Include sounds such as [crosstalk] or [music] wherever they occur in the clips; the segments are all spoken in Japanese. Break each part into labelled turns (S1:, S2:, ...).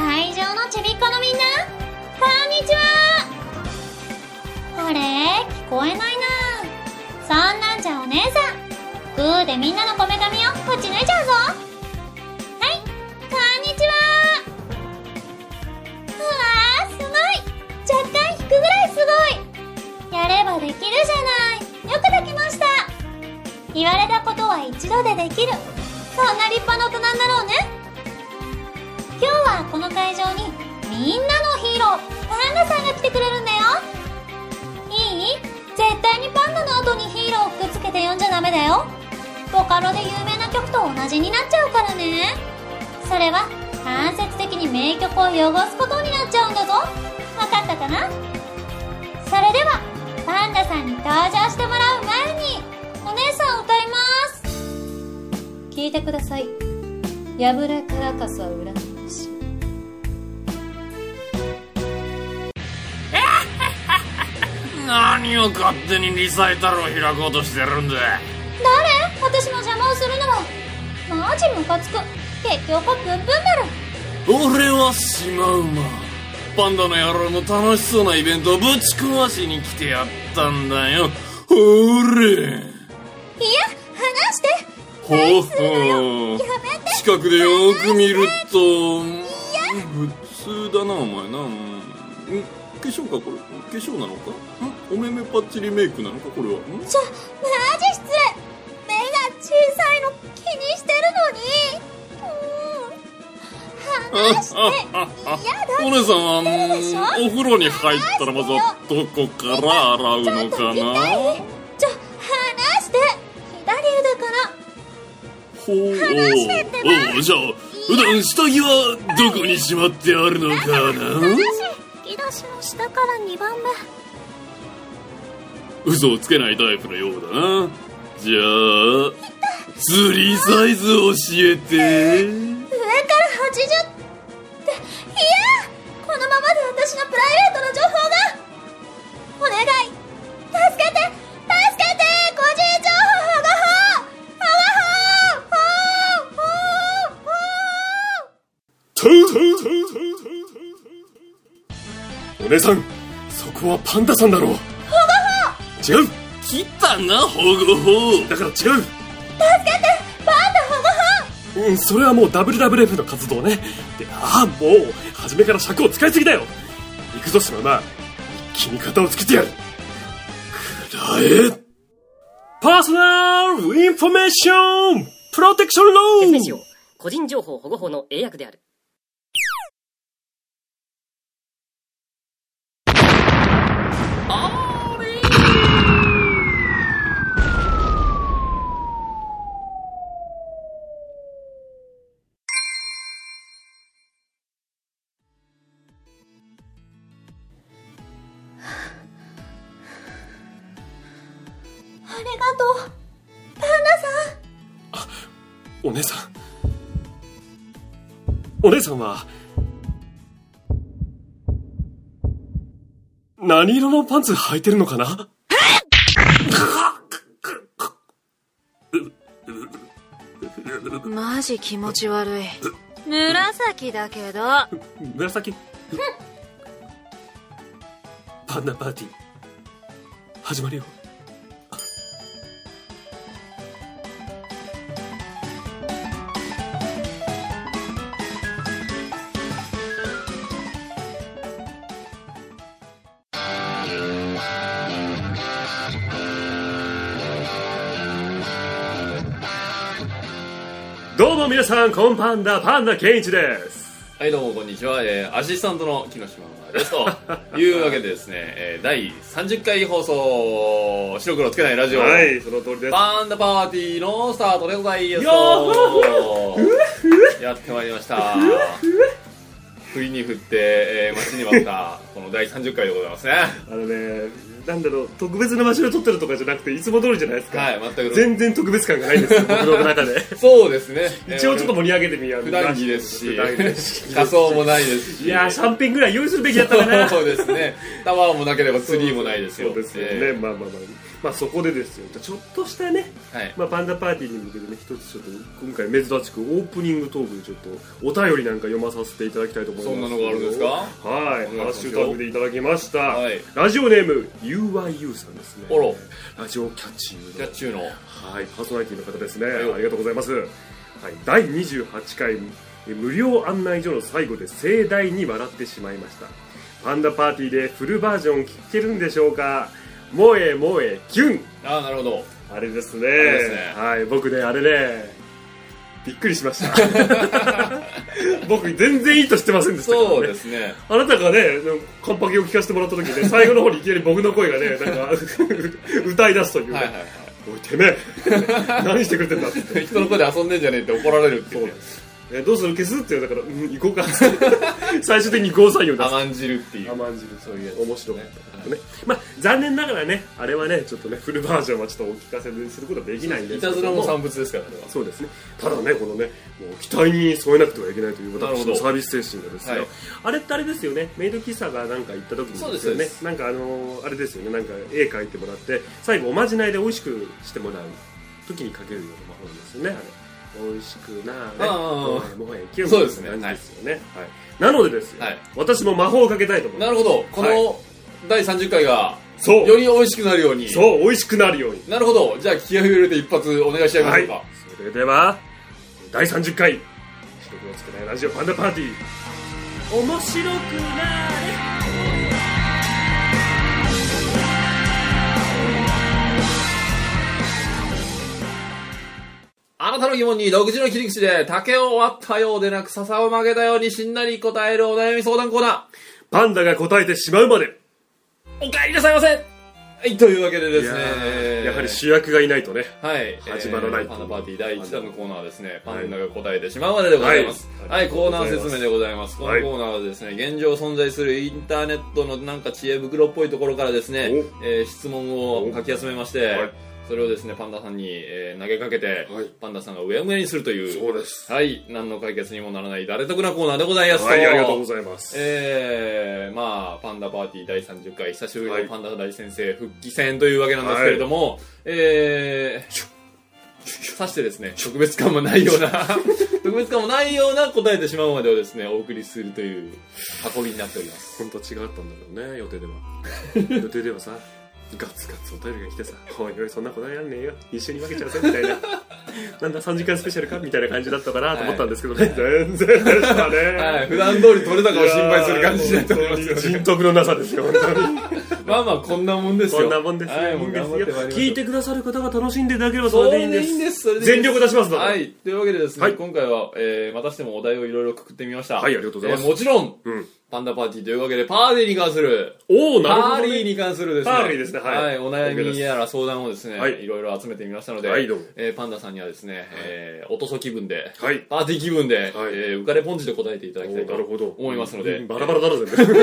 S1: のちびっこのみんなこんにちはあれ聞こえないなそんなんじゃお姉さんグーでみんなのこめかみをぶち抜いちゃうぞはいこんにちはうわーすごい若干引くぐらいすごいやればできるじゃないよくできました言われたことは一度でできるそんな立派な大人になろうね今日はこの会場にみんなのヒーローパンダさんが来てくれるんだよいい絶対にパンダの後にヒーローをくっつけて呼んじゃダメだよボカロで有名な曲と同じになっちゃうからねそれは間接的に名曲を汚すことになっちゃうんだぞ分かったかなそれではパンダさんに登場してもらう前にお姉さん歌います聞いてください破れからかさ裏返し
S2: 何を勝手にリサイタルを開こうとしてるんだ
S1: 誰私の邪魔をするのはマジムカつく結局ブンブンなる
S2: 俺はシマウマパンダの野郎の楽しそうなイベントをぶち壊しに来てやったんだよほれ
S1: いや離して
S2: ほ
S1: するの
S2: ほ
S1: やめて
S2: 近くでよく見ると普通だなお前なうん化粧かこれ化粧なのかんお目目パッチリメイクなのかこれは
S1: ち
S2: ん
S1: ょマジ失礼目が小さいの気にしてるのにうん離して嫌だ
S2: お姉さんは、
S1: でしょ
S2: うんお風呂に入ったらまずはどこから洗う
S1: ちょ
S2: の
S1: っと
S2: か
S1: 痛い
S2: な
S1: ちょ離して左腕から
S2: ほうおう
S1: 話してんだな
S2: おうじゃあ普段下着はどこにしまってあるのかな
S1: 引き出しの下から2番目
S2: 嘘をつけないタイプのようだなじゃあスリーサイズ教えて
S1: 上から80っていやこのままで私のプライベートな情報がお願い助けて助けて個人情報保護法保護法法法
S3: お姉さんそこはパンダさんだろう違う
S2: 来たな保護法
S3: だから違
S1: 法パンダ保護法
S3: ううんそれはもう WWF の活動ねでああもう初めから尺を使いすぎだよ行くぞシマウマ一気に型をつけてやるくらえパーソナルインフォメーションプロテクションロ
S4: 説明し
S3: ー
S4: よう。個人情報保護法の英訳である。
S1: ありがとうパンダさん
S3: お姉さんお姉さんは何色のパンツ履いてるのかな
S5: マジ気持ち悪い紫だけどあ
S3: 紫パンダパーティー始まるよどうも皆さんこんパンダパンダケンイチです
S6: はいどうもこんにちは、えーアシスタントの木下真ですというわけでですね、えー第30回放送白黒つけないラジオ、
S3: はい、その通りです。
S6: パンダパーティーのスタートでございます
S3: よ
S6: やってまいりました振りに振って、えー待ちに待ったこの第30回でございますね
S3: あのね、なんだろう、特別な場所を撮ってるとかじゃなくて、いつも通りじゃないですか。
S6: はい全く
S3: 全然特別感がないんですよ、
S6: [laughs]
S3: 僕の中で。
S6: そうですね
S3: 一応ちょっと
S6: と
S3: 盛り上げてみよう。
S6: 普段着ですし
S3: 普段着ですし
S6: 仮装もないですし
S3: いやー、シャンペンぐらい用意するべきだったかな。
S6: そうですねタワーもなければツリーもないですよ
S3: そうですよね。
S6: えー
S3: まあまあまあ。まあそこでですよちょっとしたね、
S6: はい
S3: まあ、パンダパーティーに向けてね一つちょっと今回珍しくオープニングトークにちょっとお便りなんか読まさせていただきたいと思います
S6: そんなのがあるんですか
S3: はい
S6: お
S3: ハ
S6: 願いしま
S3: ッ
S6: す
S3: シ
S6: よ
S3: ュタグでいただきました、
S6: はい
S3: ラジオネーム UYU さんですね
S6: おろ
S3: ラジオキャッチングの
S6: キャッチューの
S3: はい、パーソナリティの方ですね、
S6: い
S3: ありがとうございます、はい、第28回え無料案内所の最後で盛大に笑ってしまいましたパンダパーティーでフルバージョン聞けるんでしょうか萌え萌えキュン
S6: ああなるほど
S3: あれですね
S6: れですね
S3: はい僕ねあれねびっくりしました
S6: [laughs]
S3: 僕全然いいとしてませんでしたからね
S6: そうですね
S3: あなたがね、カンパケを聞かせてもらった時ね、最後の方にいきなり僕の声がね、なんか、 [laughs] 歌い出すというね、
S6: はいはいは
S3: おいてめえ [laughs] 何してくれてんだって
S6: い人の声で遊んでんじゃねえって怒られるって
S3: そ
S6: いうう
S3: なん
S6: ね
S3: ですえどうする消すって言うだから、うん、行こうかって [laughs] 最終的にゴーサインを出す
S6: 甘んじるっていう
S3: 甘んじるそういう
S6: やつ
S3: 面白かったね、まあ残念ながらねあれはねちょっとねフルバージョンはちょっとお聞かせにすることはできないんで
S6: い
S3: す
S6: た
S3: け
S6: ず
S3: ど
S6: ら
S3: も
S6: の産物ですからあれは
S3: そうですねただねこのねもう期待に添えなくてはいけないという
S6: なるほ
S3: 私
S6: ど
S3: のサービス精神がですね、
S6: はい
S3: あれってあれですよねメイド喫茶がなんか行った時に
S6: そう
S3: で
S6: ですす
S3: よね
S6: そうです
S3: なんかあのーあれですよねなんか絵描いてもらって最後おまじないで美味しくしてもらう時にかけるような魔法ですよねあれ美味しくなあれ
S6: ああ
S3: もうもうええきゅん
S6: そうですね
S3: みたいな感じですよね、はいなのでですよ、
S6: はい
S3: 私も魔法をかけたいと思います
S6: なるほどこ
S3: はい
S6: の第30回が
S3: そう
S6: より美味しくなるように
S3: そう美味しくなるように
S6: なるほどじゃあ気合を入れて一発お願いしちゃいましょうか
S3: それでは第30回「白黒つけないラジオパンダパーティー」面白くなれ
S6: あなたの疑問に独自の切り口で竹を割ったようでなく笹を曲げたようにしんなり答えるお悩み相談コーナー
S3: パンダが答えてしまうまで
S6: お帰りなさいませはい、というわけでで
S3: いや
S6: す
S3: ー
S6: ね。
S3: やはり主役がいないとね
S6: はい、
S3: 始まらない
S6: えーパンダパーティー第1弾のコーナーはですね、
S3: はい
S6: パンダが答えてしまうまででございます。
S3: は
S6: はいい、コーナー説明でございます。こ
S3: はい
S6: のコーナーはですね、現状存在するインターネットのなんか知恵袋っぽいところからですね
S3: お、
S6: えー質問をかき集めまして、
S3: はい
S6: それをですね、パンダさんに、えー投げかけて、
S3: はい
S6: パンダさんがうやむやにするという、
S3: うです
S6: はい、何の解決にもならない誰得なコーナーでございます。
S3: はいありがとうございます、
S6: えー、まあ、パンダパーティー第30回、久しぶ
S3: は
S6: り
S3: い
S6: のパンダ大先生復帰戦というわけなんですけれども、えー、さしてですね、特別感もないよ
S3: [laughs]
S6: うな、特別感もないような答えてしまうまでをですね、お送りするという運びになっております。
S3: 本当は違ったんだけどね予定では
S6: [laughs]
S3: 予定ではさガツガツお便りが来てさ「おいおいそんな答えらんねえよ一緒に分けちゃうぜ」みたい
S6: [laughs]
S3: な「なんだ3時間スペシャルか?」みたいな感じだったかなと思ったんですけどね、全然でしたね、
S6: はい、普段通り取れたかを心配する感じになっておりますよね
S3: 人。徳のなさですよ、本当に。
S6: まあまあ、こんなもんですよ。
S3: そんなもんですよ。
S6: はい、
S3: い
S6: も
S3: いうんで
S6: 頑
S3: す
S6: 張ってまいりましょう
S3: 聞いてくださる方が楽しんでいただければそ
S6: そ
S3: れ
S6: れ
S3: でいいんで
S6: でいい
S3: す。
S6: んです。それでいいんです
S3: 全力出しますので。
S6: はい。というわけでですね、
S3: はい
S6: 今回は、えー、またしてもお題をいろいろくくってみました。
S3: はいありがとうございます
S6: えーもちろん、
S3: うん
S6: パンダパーティーというわけで、パーティーに関する、
S3: おお、なる
S6: パ
S3: ほ
S6: ー
S3: ど
S6: リー
S3: ね。
S6: に関するですね。
S3: パーリーですねはい
S6: お悩みやら相談をですね、
S3: はい
S6: いろいろ集めてみましたので、
S3: はいどうも
S6: えーパンダさんにはですね、えー、おとそ気分で、
S3: はい。
S6: パーティー気分で、
S3: はい
S6: えー浮かれポンチで答えていた
S3: お
S6: だきたい
S3: ー
S6: と
S3: なるほど。
S6: 思いますので
S3: うんバラバラだろ、全部。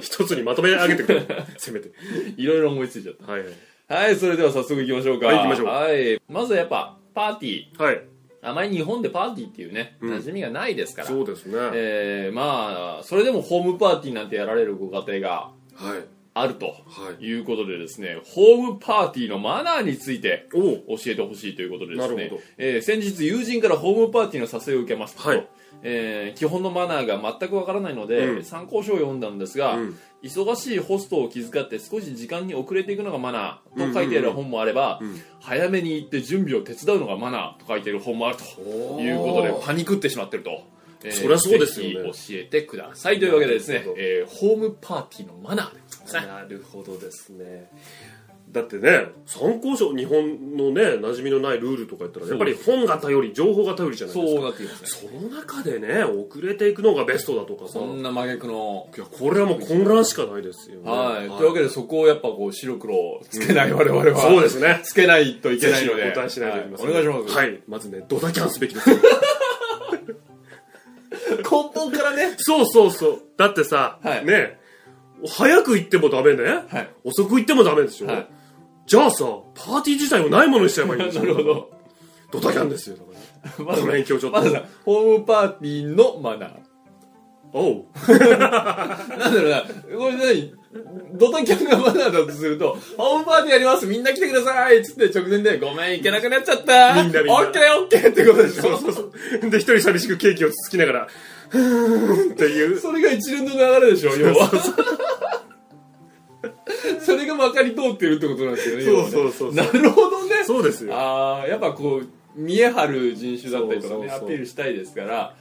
S3: 一つにまとめ上げてくれ。せめて。
S6: いろいろ思いついちゃっ
S3: はいはい。
S6: た。はい、それでは早速行きましょうか。
S3: はい行きましょう
S6: はい。まずはやっぱ、パーティー。
S3: はい。
S6: あまり日本でパーティーっていうね、
S3: うん
S6: 馴染みがないですから。
S3: そうですね。はい。
S6: [laughs] えー、まあそれでもホームパーティーなんてやられるご家庭が
S3: はい。
S6: あるということでですねホームパーティーのマナーについて
S3: おお。
S6: 教えてほしいということでです
S3: なる
S6: ね
S3: ほど、
S6: えー先日友人からホームパーティーの誘いを受けましたと、
S3: はい
S6: えー基本のマナーが全くわからないので、
S3: うん
S6: 参考書を読んだんですが、
S3: うん
S6: 忙しいホストを気遣って少し時間に遅れていくのがマナーと書いてある本もあれば、
S3: うんうんうん
S6: 早めに行って準備を手伝うのがマナーと書いている本もあるということでパニクってしまってると。えー
S3: そりゃそうですよね
S6: ぜひ教えてくださいというわけでです
S3: な
S6: ね
S3: るほ、ど
S6: えーホームパーティーのマナーでございますね
S3: なるほどですね。だってね、参考書、日本のね、馴染みのないルールとか言ったら、やっぱり本が頼り、情報が頼りじゃないです
S6: そう
S3: か。
S6: なってきますね
S3: その中でね、遅れていくのがベストだとかさ、
S6: そんな真逆の
S3: いや、これはもう混乱しかないですよね。
S6: はい。というわけで、そこをやっぱこう、白黒つけない我々は、
S3: そうですね。
S6: つけないといけ
S3: ぜ
S6: ない
S3: ひ
S6: ので。
S3: お答えしないといけません、
S6: はいお願いします。
S3: はい。まずね、ドタキャンすべきです。
S6: 根本からね。
S3: そうそうそう。だってさ、
S6: はい
S3: ね、早く行ってもダメね。
S6: はい
S3: 遅く行ってもダメでしょ。
S6: はい
S3: じゃあさ、パーティー自体をないものにしちゃえばいいんでし
S6: な
S3: ょ。
S6: るほど。
S3: ドタキャンですよ、だから。
S6: [laughs] ま
S3: ごめん今日ちょっと
S6: まずさ、ホームパーティーのマナー。
S3: おう。
S6: なんだろうな、これ何ドタキャンがバナナだとすると、ホームパーティーやりますみんな来てくださいっつって直前で、ごめん、行けなくなっちゃった
S3: みんなみんな
S6: オッケーオッケーってことでしょ
S3: そうそうそう。で、一人寂しくケーキをつつきながら、ふーんっていう。
S6: それが一連の流れでしょ、要は。それがまかり通ってるってことなんですよね、要はね
S3: そうそうそうそう
S6: なるほどね。
S3: そうですよ。
S6: ああ、やっぱこう、見え張る人種だったりとかね、
S3: そうそうそう
S6: アピールしたいですから、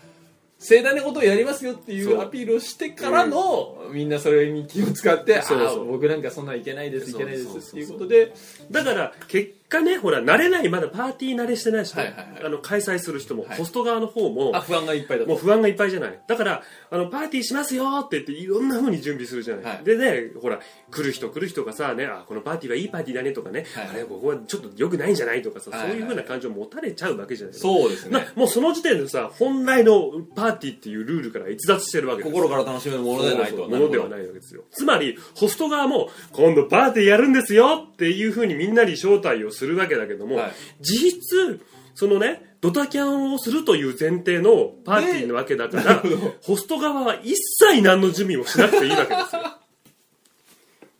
S6: 盛大なことをやりますよってい
S3: そう
S6: うアピールをしてからの、みんなそれに気を使って、
S3: そうそう
S6: あー僕なんかそんなんいけないです、い
S3: そう
S6: け
S3: そう
S6: ないですっていう
S3: そう
S6: ことで、
S3: だから、結果ね、ほら、慣れない、まだパーティー慣れしてない人、
S6: はいはいはい
S3: あの、開催する人も、
S6: はい
S3: ホスト側の方も
S6: あ、、不安がいっぱいだ
S3: もう
S6: と。
S3: 不安がいっぱいじゃない。だから、あの、パーティーしますよって言って、いろんな風に準備するじゃない。
S6: はい
S3: でね、ほら、来る人来る人がさ、ね、あ、このパーティーはいいパーティーだねとかね、
S6: はい
S3: あれ、ここはちょっと良くないんじゃないとかさ、
S6: はいはい
S3: そういう風な感情を持たれちゃうわけじゃない。
S6: そうです
S3: な
S6: ね。
S3: もうその時点でさ、本来のパーティーっていうルールから逸脱してるわけです
S6: 心から楽しめるものでないと。
S3: ものではないわけですよつまりホスト側も今度バーでやるんですよっていうふうにみんなに招待をするわけだけども、
S6: はい
S3: 実質そのねドタキャンをするという前提のパーティーなわけだから、ホスト側は一切何の準備もしなくていいわけ
S6: [laughs]
S3: ですよ。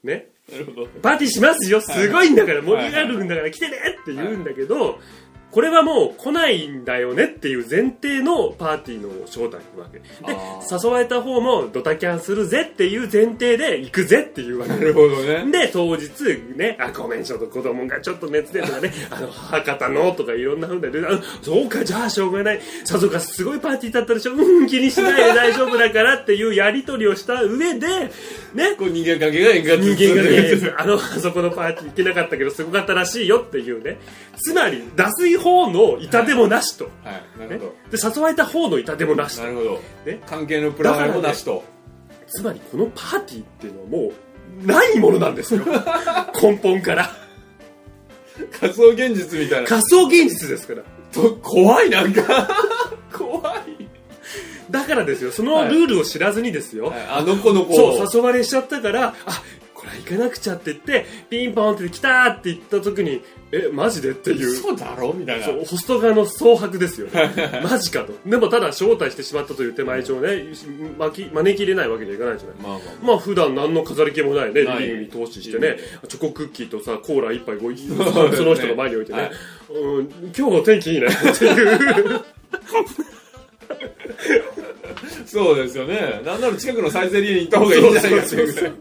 S3: ね
S6: なるほど。
S3: パーティーしますよすごいんだから
S6: はい
S3: 盛り上がるんだから来てねって言うんだけど、これはもう来ないんだよねっていう前提のパーティーの招待なわけで
S6: あ
S3: 誘われた方もドタキャンするぜっていう前提で行くぜっていうわけ
S6: [laughs] なるほどね。
S3: で当日ねあごめんちょっと子供がちょっと熱でとかねあの博多のとかいろんなふうであそうかじゃあしょうがないさぞかしすごいパーティーだったでしょうん気にしない
S6: [laughs]
S3: で大丈夫だからっていうやり取りをした上でね
S6: こう人間関係が円滑に
S3: 人間が
S6: [laughs]
S3: ね、あの、あそこのパーティー行けなかったけど、すごかったらしいよっていうね。つまり、出す方の痛手もなしと。
S6: はい、な
S3: ね
S6: るほ
S3: で、誘われた方の痛手もなし
S6: ど。
S3: と
S6: な。るほど。
S3: ね
S6: 関係のプランもなしと。
S3: つまり、このパーティーっていうのはもう、ないものなんですよ。
S6: [laughs]
S3: 根本から。
S6: 仮想現実みたいな。
S3: 仮想現実ですから。
S6: と怖い、なんか。怖い。
S3: だからですよ、そのルールを知らずにですよ。
S6: あの子の子を
S3: そう、誘われしちゃったから、あ、これは行かなくちゃって言って、ピンポンって来たーって言った時に、え、マジでっていう。
S6: そうだろみたいな。
S3: そうホスト側の総白ですよねマジかとでもただ招待してしまったという手前上ね巻き招き入れないわけにはいかないじゃない
S6: まあまあ
S3: まあ普段何の飾り気もないねリ
S6: ない
S3: ビングに投資してね
S6: いいね
S3: チョコクッキーとさコーラ一杯ごい
S6: [laughs] そうですね
S3: その人の前に置いてね、
S6: はい
S3: うん今日の天
S6: [laughs]
S3: 気いいねっていう
S6: そうですよね。なんなら近くのサイゼリアに行った方がいいんじゃないかっていうぐらい。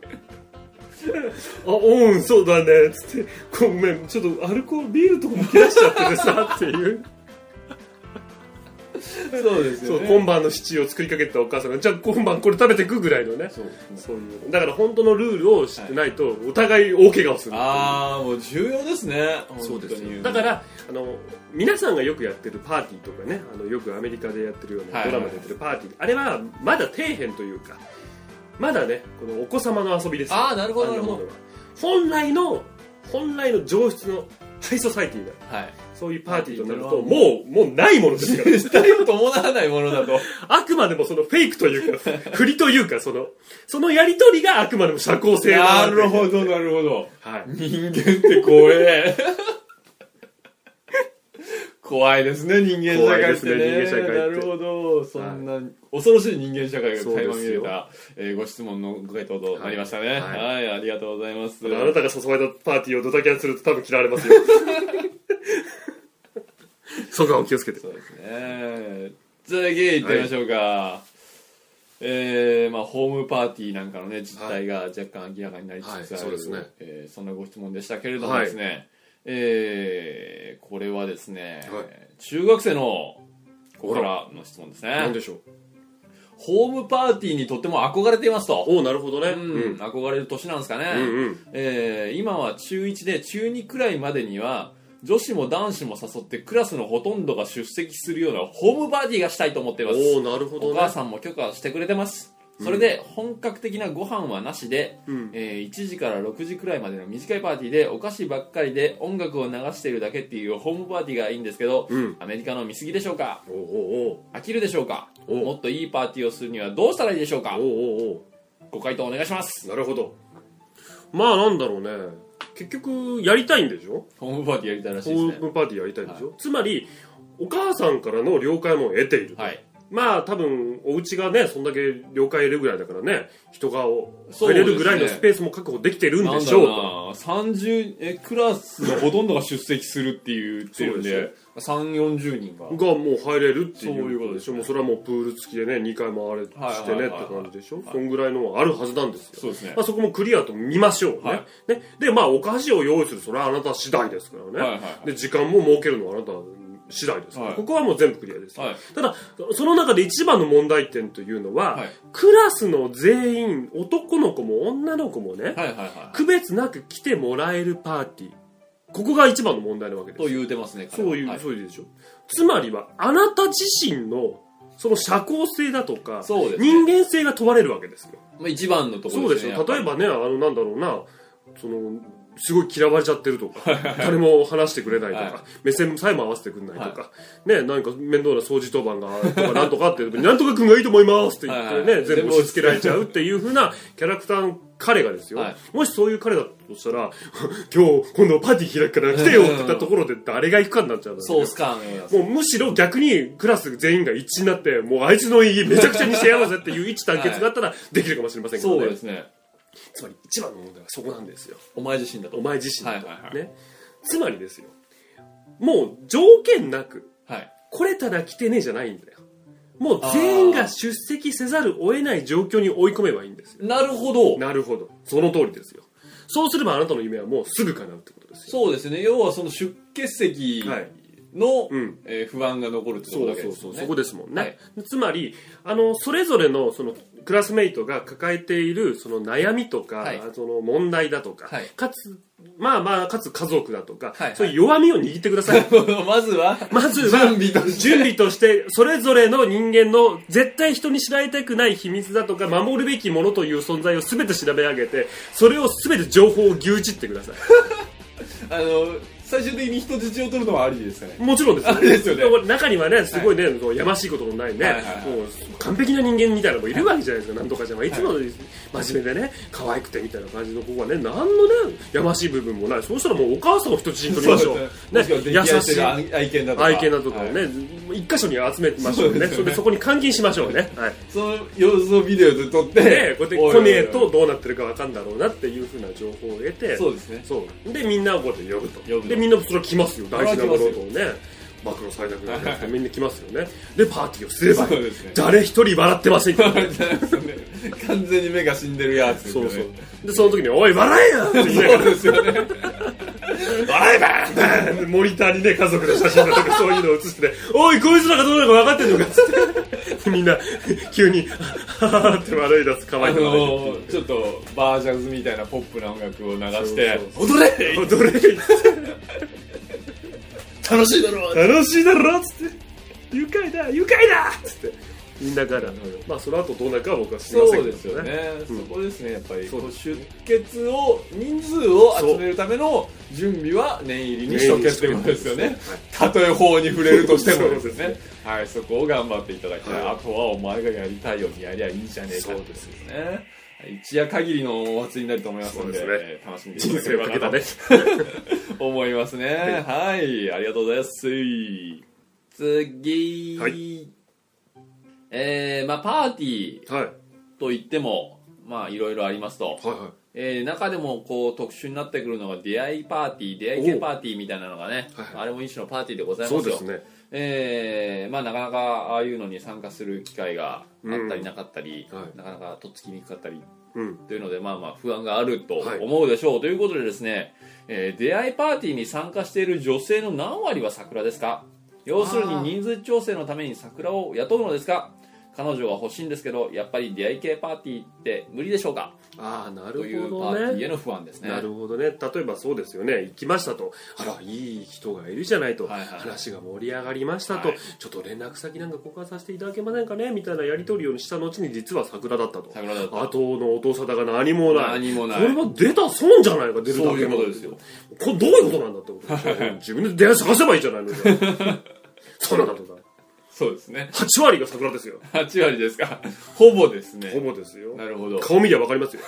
S3: あうんそうだねつってごめんちょっとアルコールビールとかも切らしちゃってて
S6: [laughs]
S3: さっていう
S6: そうです
S3: そ
S6: よ
S3: う
S6: ね。
S3: 今晩のシチューを作りかけてたお母さんがじゃあ今晩これ食べてくぐらいのね
S6: そう
S3: そういうだから本当のルールを知ってないとお互い大怪我をする、
S6: ああ、もう重要ですね。本当に
S3: だか、らあの皆さんがよくやってるパーティーとかねあのよくアメリカでやってるような
S6: はい
S3: ドラマでやってるパーティー、あれはまだ底辺というかまだねこのお子様の遊びですよ
S6: あーなるほど
S3: あんものは
S6: な
S3: 本来の本来の上質のハイソサイティな
S6: はい。
S3: そういうパーティーとなると
S6: パーティーっての
S3: もうもうないものですから
S6: [laughs] 絶対を伴わないものだと。
S3: あくまでもそのフェイクというか [laughs] 振りというかそのそのやり取りがあくまでも社交性のあ
S6: [laughs] な
S3: る
S6: るほど、なるほど。
S3: はい
S6: 人間って怖え。怖いですね、人間社会ってね。
S3: 怖いですね人間社会って
S6: なるほど。そんな、恐ろしい人間社会が垣間見れた、えーご質問のご回答となりましたね。はい、
S3: はい
S6: ありがとうございます。
S3: あなたが誘われたパーティーをドタキャンすると多分嫌われますよ。そこはお気をつけて。
S6: そうですね。続き行ってみましょうか。えーまあ、ホームパーティーなんかのね実態が若干明らかになりつつある、
S3: はいそうですね
S6: えーそんなご質問でしたけれども
S3: はい
S6: ですね、えーこれはですね、
S3: はい
S6: 中学生の子からの質問です
S3: なんで
S6: ね
S3: しょう。
S6: ホームパーティーにとっても憧れていますと、
S3: おお、なるほどね。
S6: うん憧れる年なんですかね、
S3: うんうん。
S6: えー今は中1で中2くらいまでには女子も男子も誘ってクラスのほとんどが出席するようなホームパーティーがしたいと思っています
S3: おお、なるほど
S6: お
S3: ね
S6: 母。さんも許可してくれてますそれで本格的なご飯はなしで、
S3: うん
S6: えー1時から6時くらいまでの短いパーティーでお菓子ばっかりで音楽を流しているだけっていうホームパーティーがいいんですけど、
S3: うん
S6: アメリカの見過ぎでしょうか
S3: おお
S6: 飽きるでしょうか
S3: お
S6: もっといいパーティーをするにはどうしたらいいでしょう
S3: お
S6: か
S3: おおお
S6: ご回答お願いします
S3: おなるほど。まあなんだろうね。結局、やりたいんでしょ
S6: ホームパーティーやりたいらしい
S3: ホ
S6: です
S3: ー
S6: ね
S3: ムパーティーやりたいんでしょつまり、お母さんからの了解も得ている。
S6: はい
S3: まあ多分お家がねそんだけ了解得るぐらいだからね人が入れるぐらいのスペースも確保できてるん
S6: な
S3: で
S6: ん
S3: し
S6: だ
S3: ょう
S6: ろうな30えクラスのほとんどが出席するっていうっていうん
S3: そう
S6: で3 4 0人が
S3: がもう入れるってい
S6: そういうこと
S3: う
S6: で
S3: ですしょもうそれはもうプール付きでね2回回れ
S6: はい
S3: してね
S6: はい
S3: っ
S6: はい
S3: て
S6: はい
S3: 感じでしょそんぐらいのはあるはずなんですよ
S6: そうですね
S3: まあ、そこもクリアと見ましょうね,、
S6: はい
S3: ねでまあお菓子を用意するそれはあなた次第ですからね、
S6: はいはい
S3: で時間も設けるのはあなた次第ですから、
S6: はい
S3: ここはもう全部クリアですよ、
S6: はい
S3: ただその中で一番の問題点というのは、
S6: はい
S3: クラスの全員男の子も女の子もね、
S6: はいはいはい
S3: 区別なく来てもらえるパーティーここが一番の問題なわけです
S6: と言うてますね彼は
S3: そういう、
S6: はい
S3: そういうでしょ。つまりは、あなた自身の、その社交性だとか、
S6: そうですね
S3: 人間性が問われるわけですよ。
S6: まあ一番のとこ
S3: そ
S6: ろ
S3: う
S6: で
S3: ですす
S6: ね
S3: よ。例えばね、あの、なんだろうな、その、すごい嫌われちゃってるとか、誰も話してくれないとか、
S6: はい
S3: 目線さえも合わせてくれないとか、ね、なんか面倒な掃除当番が、とか、なんとかって、 [laughs] なんとか君がいいと思いますって言ってね、
S6: はいはい
S3: 全部押し付けられちゃうっていうふうなキャラクターの彼がですよ、
S6: はい
S3: もしそういう彼だとしたら、 [laughs] 今日、今度パーティー開くから来てよって言ったところで誰が行くかになっちゃうわけですよ
S6: そうっすかね
S3: もうむしろ逆にクラス全員が一致になって、もうあいつの家めちゃくちゃにしてやろうぜっていう一致団結があったらできるかもしれませんけど
S6: そうで
S3: ね。
S6: すね
S3: つまり一番の問題はそこなんですよ。
S6: お前自身だと
S3: お前自身と、
S6: はいはいはい
S3: ね。つまりですよ。もう条件なく、
S6: はい
S3: これただ来てねえじゃないんだよ。もう全員が出席せざるを得ない状況に追い込めばいいんですよ。
S6: なるほど
S3: なるほど。その通りですよ。そうすればあなたの夢はもうすぐ叶うってことですよ。
S6: そうですね要はその出欠席
S3: はい
S6: の
S3: うん
S6: えー不安が残るってこ
S3: そ
S6: と
S3: う
S6: だけ
S3: そ
S6: で
S3: う
S6: す
S3: そ
S6: よ
S3: う、
S6: ね
S3: そこですもんね、
S6: はい
S3: つまりあのそれぞれのそのクラスメイトが抱えているその悩みとか、
S6: はい
S3: その問題だとか、
S6: はい
S3: かつまあまあかつ家族だとか、
S6: はいはい
S3: そういう弱みを握ってください
S6: [laughs] まずは
S3: まずは
S6: 準備として
S3: 準備としてそれぞれの人間の絶対人に知られたくない秘密だとか守るべきものという存在を全て調べ上げてそれを全て情報を牛耳ってください
S6: あの最終的に人質を取るのはありですかね
S3: もちろんですよ。
S6: あれですよね
S3: も中にはね、すごいね、こうやましいことのないね、
S6: はいはいはい
S3: もう完璧な人間みたいなのもいるわけじゃないですか、なんとかじゃない。いつも真面目でね、可愛くてみたいな感じの子がね、なんのね、やましい部分もない。そうしたらもうお母さんを人質に取りましょう。
S6: もしくは出来合い
S3: 優
S6: して
S3: し
S6: る
S3: い。
S6: 愛犬だとか
S3: 愛犬だとかを
S6: はい
S3: ね、一箇所に集めてましょう
S6: そうで
S3: ね。
S6: すよね
S3: それでそこに監禁しましょうね。
S6: [laughs]
S3: はい。
S6: その様子をビデオで撮って
S3: で、こうやっ
S6: お
S3: て
S6: いおい
S3: 来
S6: お
S3: ね
S6: い
S3: えとどうなってるかわかんだろうなっていうふうな情報を得て、
S6: そうですね
S3: そうでみんなをこうやって呼ぶと
S6: 呼ぶと
S3: でみんなそれは来ますよ大事なものとね暴露されたくないじゃないですか
S6: [laughs]
S3: みんな来ますよねでパーティーをすればいい
S6: そうですね
S3: 誰一人笑ってませんからね
S6: 完全に目が死んでるやつです
S3: そ
S6: よね
S3: うそうでその時に「おい笑えよ!」って言いながら
S6: そうですよね
S3: 笑えばモニターにね家族の写真だと
S6: [laughs]
S3: かそういうのを映してて「おいこいつらがどうなるか分かってんのか」っつってみんな急に [laughs] 「ははは」って笑い出す可
S6: あ
S3: 愛いの
S6: のちょっとバージョンズみたいなポップな音楽を流して
S3: そう踊れ踊れ
S6: 楽しいだろう
S3: 楽しいだろっつって愉快だ愉快だっつってみんなから、まあその後どうなるかは僕は知りませ
S6: そ
S3: ん
S6: う
S3: け
S6: です
S3: ど
S6: よ
S3: ね
S6: ね、
S3: うん
S6: そこですねやっぱり
S3: そう
S6: こう出血を人数を集めるための準備は念入りにしとけってことですよねたとえ法に触れるとしてもです
S3: そう
S6: ね
S3: で
S6: はいそこを頑張っていただきたい、
S3: はい
S6: あとはお前がやりたいようにやりゃいいじゃねえか
S3: そうです
S6: よね一夜限りのお祭りになると思いますので
S3: そうですね
S6: えー楽しみにしてい
S3: 人
S6: た
S3: 生
S6: だけれ
S3: を
S6: ば
S3: かけ
S6: な
S3: た
S6: と
S3: ね
S6: 思いますねはい、ありがとうございます次、
S3: は
S6: えーまあパーティー
S3: はいはい
S6: といってもまあいろいろありますと、
S3: は
S6: えー中でもこう特殊になってくるのが出会いパーティー出会い系パーティーみたいなのがね、
S3: おうはいはい
S6: あれも一種のパーティーでございます
S3: そ
S6: よ
S3: うですね
S6: えーまあ、なかなかああいうのに参加する機会があったりなかったり、
S3: うんはい
S6: なかなかとっつきにくかったり
S3: うん
S6: というのでまあまあ不安があると
S3: はい
S6: 思うでしょう、ということでですね、えー出会いパーティーに参加している女性の何割は桜ですか要するに人数調整のために桜を雇うのですか彼女が欲しいんですけどやっぱり出会い系パーティーって無理でしょうか
S3: ああな
S6: とい
S3: る
S6: うパ
S3: ほど
S6: ーティーへ
S3: ね
S6: の不安ですね
S3: なるほどね例えばそうですよね行きましたとあらいい人がいるじゃないと、
S6: はいはい
S3: 話が盛り上がりましたと、
S6: はい
S3: ちょっと連絡先なんか交換させていただけませんかねみたいなやり取りをした後に実は桜だったと
S6: 桜だと
S3: 後のお父さんが何もない
S6: 何もない
S3: これは出た損じゃないか出るだけの
S6: そういうことですよ
S3: こ
S6: [laughs]
S3: れどういうことなんだってことですよ自分で出会い探せばいいじゃないのじゃあ [laughs] そうなんだとか
S6: そうですね。 [laughs]
S3: 8割が桜ですよ。
S6: 8割ですか。ほぼで
S3: ほ
S6: すね。
S3: ぼですよ。
S6: なるほど。
S3: 顔見りゃわかります
S6: [laughs]
S3: よ。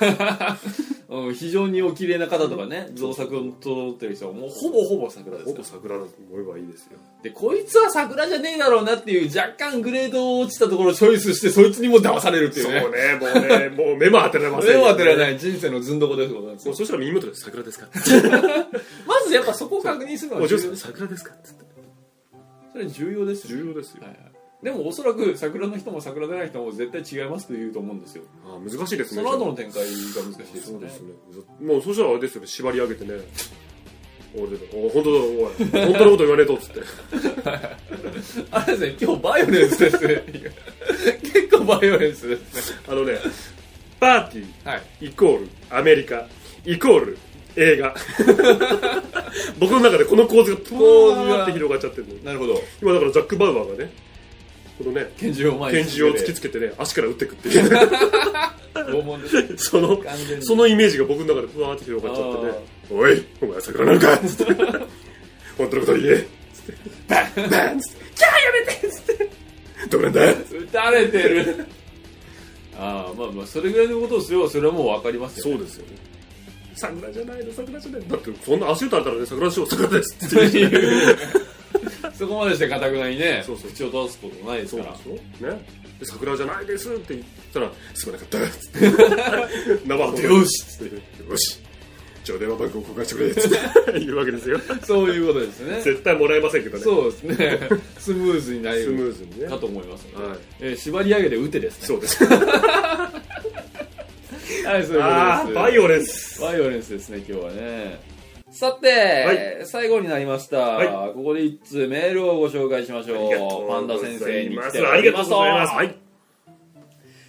S6: うん非常にお綺麗な方とかね、造作を撮ってる人はもうほぼほぼ桜です
S3: ほ
S6: か
S3: ぼ
S6: ら。
S3: 桜だと思えばいいですよ。
S6: で、こいつは桜じゃねえだろうなっていう若干グレード落ちたところをチョイスして、そいつにも騙されるっていう
S3: そう
S6: ね。
S3: ね、もうね、もう目も当てられません
S6: 目
S3: よ。
S6: を当てられ
S3: い。
S6: ない人生のずんどこですことなんです
S3: もう
S6: よ。
S3: そしたら耳元で桜ですか
S6: まずやっぱそこを確認するの
S3: お
S6: は
S3: 嬢
S6: 重
S3: さん、
S6: 要
S3: 桜ですかつって
S6: それ重要ですよ
S3: 重要ですよ
S6: は。いはい、でもおそらく桜の人も桜でない人も絶対違いますと言うと思うんですよ
S3: あー難しいです
S6: そ
S3: ね。
S6: の後の展開が難しいです
S3: そ
S6: よ
S3: うで
S6: ね
S3: すね。もうそしたらあれですよね、縛り上げてね。俺でお本当だ、おい。本当のこと言わねえと、つって。 [laughs]
S6: あれですね今日バイオレンスですね [laughs] 結構バイオレンスですね
S3: あのね、パーティ
S6: はい
S3: ーイコールアメリカイコール映画。 [laughs] 僕の中でこの構図がポーンって広がっちゃってるの。
S6: なるほど
S3: 今だからザック・バウアーがね、このね、
S6: 拳銃を前に
S3: 拳銃を突きつけてね、足から撃ってくっていう、
S6: 拷問ですね
S3: その
S6: 完全、に
S3: そのイメージが僕の中でふわーって広がっちゃってね、おい、お前は桜なんかつって、 [laughs] 本当のこと言えつって、バンバンつって、じゃあやめてつって、どうなんだ
S6: 撃たれてる [laughs] ああまあまあそれぐらいのことをすればそれはもう分かりますよ
S3: そうですよね。桜じゃないの、桜じゃないの。だって、そんな足打たれたらね、桜でしょ、桜ですって。
S6: っ
S3: [laughs]
S6: ていう [laughs] そこまでしてかたくなにね
S3: そうそう
S6: 口を閉ざすことないです
S3: そう
S6: か
S3: で
S6: ら
S3: しょね。で桜じゃないですって言ったら、すまなかったっつって。 [laughs] 生放送
S6: よし
S3: つってよし。じゃあ電話番号交換してくれっつって [laughs] 言うわけですよ。
S6: そういうことですね
S3: 絶対もらえませんけどね。
S6: そうですね。 [laughs] スムーズにな
S3: スム
S6: る
S3: ーズにね。
S6: か
S3: は
S6: と思います、ね
S3: い。
S6: えー縛り上げて打てです
S3: そ
S6: ね。
S3: うです。
S6: はい、そういう
S3: あ
S6: こと
S3: あ、
S6: です。
S3: バイオレンス。
S6: バイオレンスですね、今日はね。さて、
S3: い
S6: 最後になりました、
S3: は
S6: ここで一通メールをご紹介しましょ
S3: ありがと
S6: う。
S3: う
S6: パンダ先生に
S3: ご
S6: 来
S3: ざ
S6: て
S3: います
S6: お
S3: あり
S6: り
S3: がと
S6: ます
S3: うございます。はい。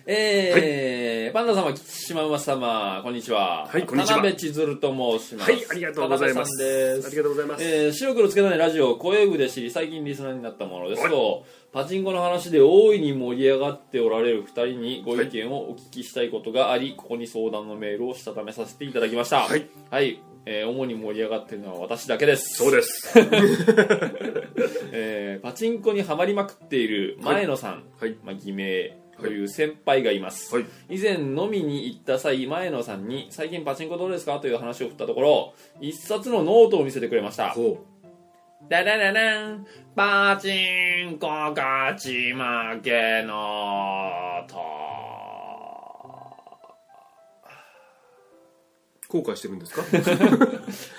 S6: えーパンダ様、菊池様、様、こんにちは。
S3: はいこんにちは
S6: 田辺千鶴と申します。
S3: はい、ありがとうございます。
S6: 田辺さんです
S3: ありがとうございます。、
S6: えー白黒つけないラジオを声部で知り最近リスナーになったものですとパチンコの話で大いに盛り上がっておられる2人にご意見をお聞きしたいことがあり、ここに相談のメールをしたためさせていただきましたはいえー主に盛り上がってるのは私だけです
S3: そうです。
S6: えーパチンコにはまりまくっている前野さん、
S3: はいはい
S6: まあ、偽名という先輩がいます、
S3: はい
S6: 以前飲みに行った際前野さんに最近パチンコどうですかという話を振ったところ一冊のノートを見せてくれました
S3: ほ
S6: ダダダダン、パチンコ勝ち負けの音。
S3: う。後悔してるんです [laughs] か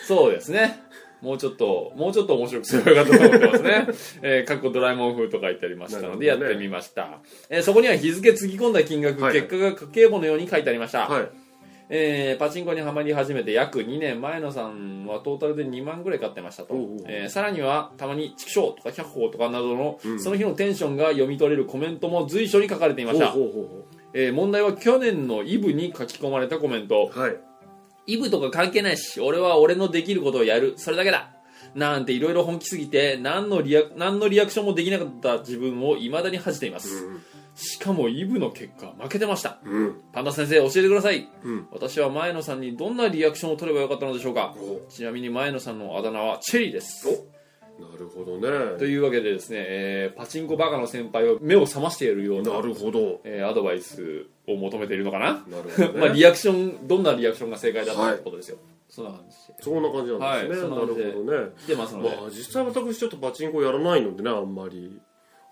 S6: そうですね。もうちょっと、もうちょっと面白くすればよかったと思ってます
S3: [laughs]
S6: ね。えー、かっこドラえもん風とか言ってありましたので、
S3: な
S6: や
S3: る
S6: っ
S3: ほどね
S6: てみました。えーそこには日付つぎ込んだ金額、
S3: はい
S6: 結果が家計簿のように書いてありました。
S3: はい。
S6: えーパチンコにはまり始めて約2年前野さんはトータルで2万ぐらい買ってましたと
S3: おうおう
S6: えーさらにはたまに「畜生」とか「百歩」とかなどの、
S3: うん
S6: その日のテンションが読み取れるコメントも随所に書かれていました
S3: ほうほうほ
S6: えー問題は去年のイブに書き込まれたコメント
S3: うほう。はい。
S6: イブとか関係ないし俺は俺のできることをやるそれだけだなんていろいろ本気すぎて何のリア何のリアクションもできなかった自分を未だに恥じています、しかもイブの結果負けてました
S3: うん。うん。
S6: パンダ先生教えてください
S3: うん。
S6: 私は前野さんにどんなリアクションを取ればよかったのでしょうか
S3: お
S6: ちなみに前野さんのあだ名はチェリーです
S3: なるほどね
S6: と。いうわけでですね、えーパチンコバカの先輩を目を覚ましてやるよう
S3: な
S6: な、
S3: るほど。
S6: えーアドバイスを求めているのかな、
S3: なるほど、ね。
S6: まあリアクションどんなリアクションが正解だったってことですよ、そんな感じで
S3: そんな感じなんですね。
S6: はいそんな感じで
S3: なるほどね。
S6: 来てますので、
S3: まあ実際私ちょっとパチンコやらないのでねあんまり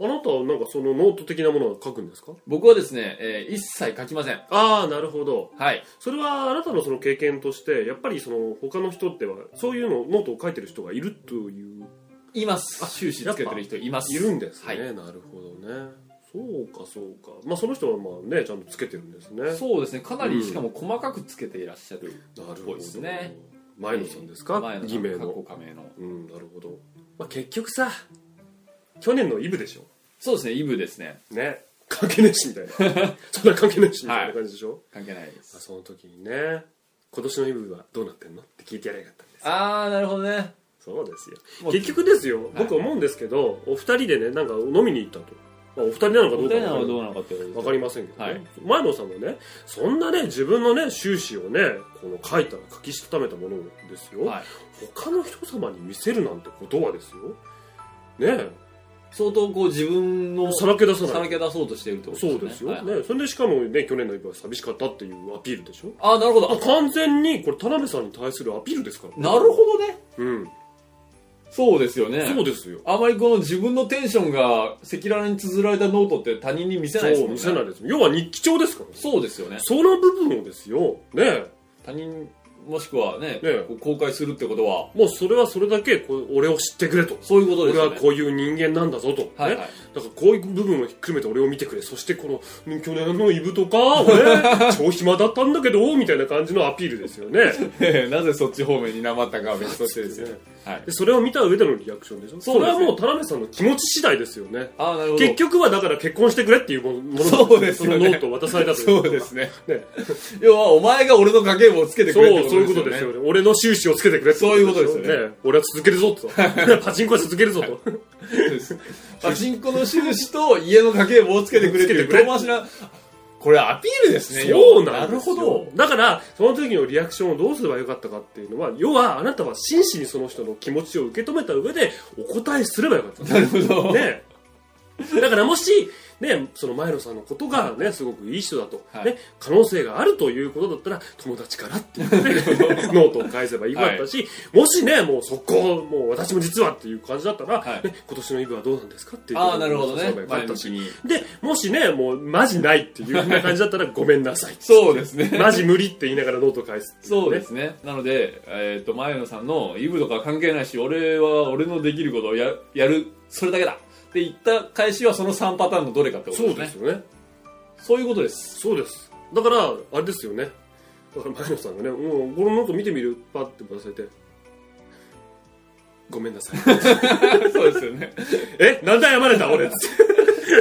S3: あなたはなんかそのノート的なものは書くんですか
S6: 僕はですね、えー一切書きません
S3: ああなるほど
S6: はい
S3: それはあなたのその経験としてやっぱりその他の人ってはそういうのノートを書いてる人がいるという
S6: います終始つけてる人います
S3: いるんですね、
S6: はい
S3: なるほどねそうかそうかまあその人はまあねちゃんとつけてるんですねなる
S6: そうですねかな
S3: う
S6: り
S3: ん
S6: しかも細かくつけていらっしゃる
S3: ほ
S6: そう
S3: ど
S6: ですね
S3: 前野さんですか、
S6: 前野さ
S3: 偽
S6: ん
S3: 名
S6: 過
S3: の
S6: 去仮名の
S3: うんなるほど、まあ、結局さ去年のイブでしょ
S6: そうですねイブですね
S3: ね関係ねえしみたいな [laughs] そんな関係ねえしみたいな感じでしょ、
S6: 関係ないです
S3: あその時にね今年のイブはどうなってんのって聞いてやりゃよかったんです
S6: ああなるほどね
S3: そうですよ
S6: もう
S3: 結局ですよ僕思うんですけど、お二人でねなんか飲みに行ったと、まあ、お二人なのかど
S6: み
S3: うか
S6: たいな
S3: わかん
S6: のはど
S3: な
S6: う
S3: い
S6: なのかってことです
S3: わかりませんけど、ね
S6: はい
S3: 前野さんがねそんなね自分のね収支をねこの書いた書きしたためたものですよ、
S6: はい
S3: 他の人様に見せるなんてことはですよねえ
S6: 相当こう自分の
S3: さらけ出さない
S6: さらけ出そうとしているってこと
S3: そうですよ、
S6: はいはい
S3: ね、それでしかもね去年の今は寂しかったっていうアピールでしょ
S6: あなるほど
S3: あ完全にこれ田辺さんに対するアピールですから、
S6: なるほどね
S3: ど、うん、
S6: そうですよね
S3: そうですよ
S6: あまりこの自分のテンションが赤裸々に綴られたノートって他人に見せないです
S3: そ
S6: も
S3: うん見
S6: ね
S3: せないです要は日記帳ですからね
S6: そうですよね
S3: その部分をですよね
S6: 他人もしくはね
S3: え
S6: こう公開するってことは [laughs]
S3: もうそれはそれだけこう俺を知ってくれと
S6: そういうことです
S3: 俺
S6: よ
S3: は
S6: ね
S3: こういう人間なんだぞと、
S6: はい
S3: ね
S6: はい
S3: だからこういう部分をひっくるめて俺を見てくれそしてこの去年のイブとか俺
S6: [laughs]
S3: 超暇だったんだけどみたいな感じのアピールですよね
S6: なぜそっち方面になまったかは別としてですよ
S3: ね
S6: はい
S3: でそれを見た上でのリアクションでしょ
S6: そうですね
S3: れはもう田辺さんの気持ち次第ですよね
S6: ああなるほど
S3: 結局はだから結婚してくれっていうものものなん
S6: そうです
S3: そ
S6: よ
S3: の
S6: ね
S3: ノートを渡されたという
S6: そう
S3: ことが
S6: ですね
S3: ね
S6: [laughs] 要はお前が俺の家計簿をつけてくれって
S3: そう、
S6: こ
S3: そういう
S6: と
S3: こと
S6: で
S3: ですす
S6: よ
S3: よ
S6: ね
S3: ね。俺の収支をつけてくれって
S6: そういうことですよ
S3: ね。俺は続けるぞ
S6: [laughs]
S3: と。パチンコは続けるぞと。
S6: パチンコの収支と家の家計簿をつけてくれっていう
S3: つけてくれ
S6: 遠回しなこれアピールですね
S3: そうなんですよ
S6: なるほど
S3: だからその時のリアクションをどうすればよかったかっていうのは要はあなたは真摯にその人の気持ちを受け止めた上でお答えすればよかったなるほどねだからもしね、その前野さんのことがね、すごくいい人だと、
S6: はい
S3: ね、可能性があるということだったら、友達からって言って、ノートを返せばよかったし、もしね、もう速攻、もう私も実はっていう感じだったら、
S6: はい
S3: ね、今年のイブはどうなんですかっていう
S6: ああなるほど
S3: そう
S6: ね
S3: そうよか
S6: 前
S3: った
S6: 向
S3: し
S6: きに
S3: で、もしね、もう、マジないっていうふうな感じだったら、ごめんなさ
S6: [laughs]
S3: い。
S6: そうですね
S3: マジ無理って言いながらノート返すってい
S6: そうですね。なので、えっ、と、前野さんの、イブとか関係ないし、俺は俺のできることをややる、それだけだって言った返しはその3パターンのどれかってこと
S3: そ
S6: で
S3: う
S6: すね。
S3: ですよね。
S6: そういうことです。
S3: そうです。だから、あれですよね。だから、前野さんがね、うん、このノート見てみるパッて忘れて。ごめんな
S6: [laughs]
S3: さい。
S6: そうですよね。 [laughs]
S3: えなんで謝れた俺っつっ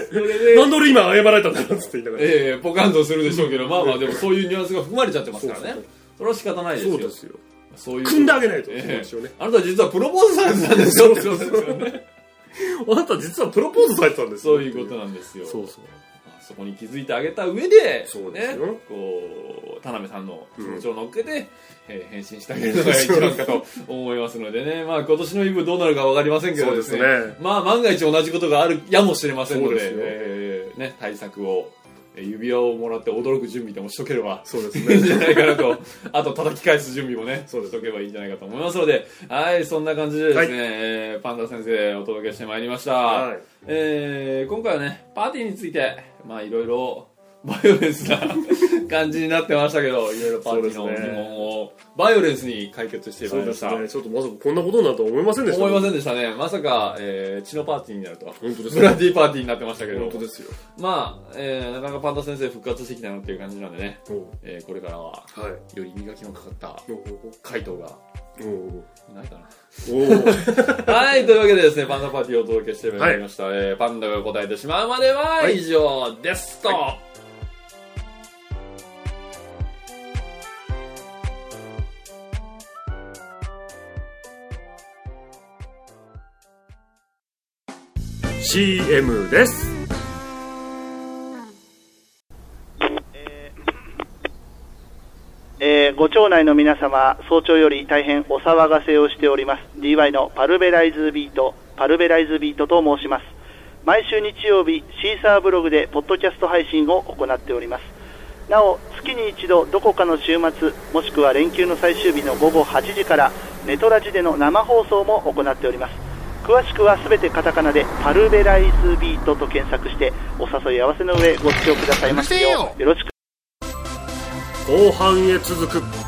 S6: それ
S3: て。
S6: で、
S3: なんで俺今謝られたんだろうっつって言いながら。
S6: ええポカンとするでしょうけど、まあまあ、でもそういうニュアンスが含まれちゃってますからね。そ
S3: そう
S6: れは仕方ないです
S3: そ
S6: よ。
S3: うですよ。
S6: そういう。
S3: 組んであげないと。
S6: ええ
S3: そうですよね。
S6: あなたは実はプロポーズされてたんですよ。そう
S3: あなた実はプロポーズされてたんですよ
S6: いうことなんですよ。
S3: そうそう。
S6: まあそこに気づいてあげた上で、
S3: そうで
S6: ね
S3: すよ、
S6: こう、田辺さんの気持ちを乗っけて、えー返信してあげるのが一番かと思いますの [laughs] でね、まあ今年のイブどうなるかわかりませんけどですね、
S3: そうですね
S6: まあ万が一同じことがあるやもしれませんの
S3: そうで
S6: で、
S3: すよ
S6: えーね、対策を、えー指輪をもらって驚く準備でもしとければ、
S3: そうです
S6: [laughs] いいん
S3: ね。
S6: じゃないかなと、あと叩き返す準備もね、
S3: そうで
S6: し
S3: す
S6: とけばいいんじゃないかと思いますので、はい、そんな感じでですね、えーパンダ先生お届けしてまいりました。
S3: はい。
S6: えー今回はねパーティーについてまあいろいろ [laughs] バイオレンスな感じになってましたけどいろいろパーティーの
S3: そうです
S6: 疑
S3: ね
S6: 問をバイオレンスに解決してま
S3: そ
S6: いうりま
S3: で
S6: し
S3: す
S6: た、
S3: ね。ちょっとまさかこんなことになるとは思いませんでした。
S6: 思いませんでしたねまさか、えー血のパーティーになるとは
S3: 本当です
S6: ブ
S3: よ
S6: [laughs] ラディパーティーになってましたけど
S3: 本当ですよ。
S6: まあ、えーなかなかパンダ先生復活してきたなっていう感じなんでね、
S3: おう
S6: えーこれからは
S3: はい。
S6: より磨きのかかった
S3: おう
S6: 回答が
S3: おう
S6: ないかな
S3: おうお [laughs] う
S6: [laughs] はい、というわけでですね、パンダパーティーをお届けしてまいりました。えーパンダが答えてしまうまでは以上ですと。
S3: CM です。
S7: えーご町内の皆様、早朝より大変お騒がせをしております。DY のパルベライズビート、パルベライズビートと申します。毎週日曜日、シーサーブログでポッドキャスト配信を行っております。なお、月に一度、どこかの週末、もしくは連休の最終日の午後8時から、ネトラジでの生放送も行っております。詳しくはすべてカタカナで、パルベライズビートと検索して、お誘い合わせの上、ご視聴くださいますよう、よろしく
S3: 後半へ続く。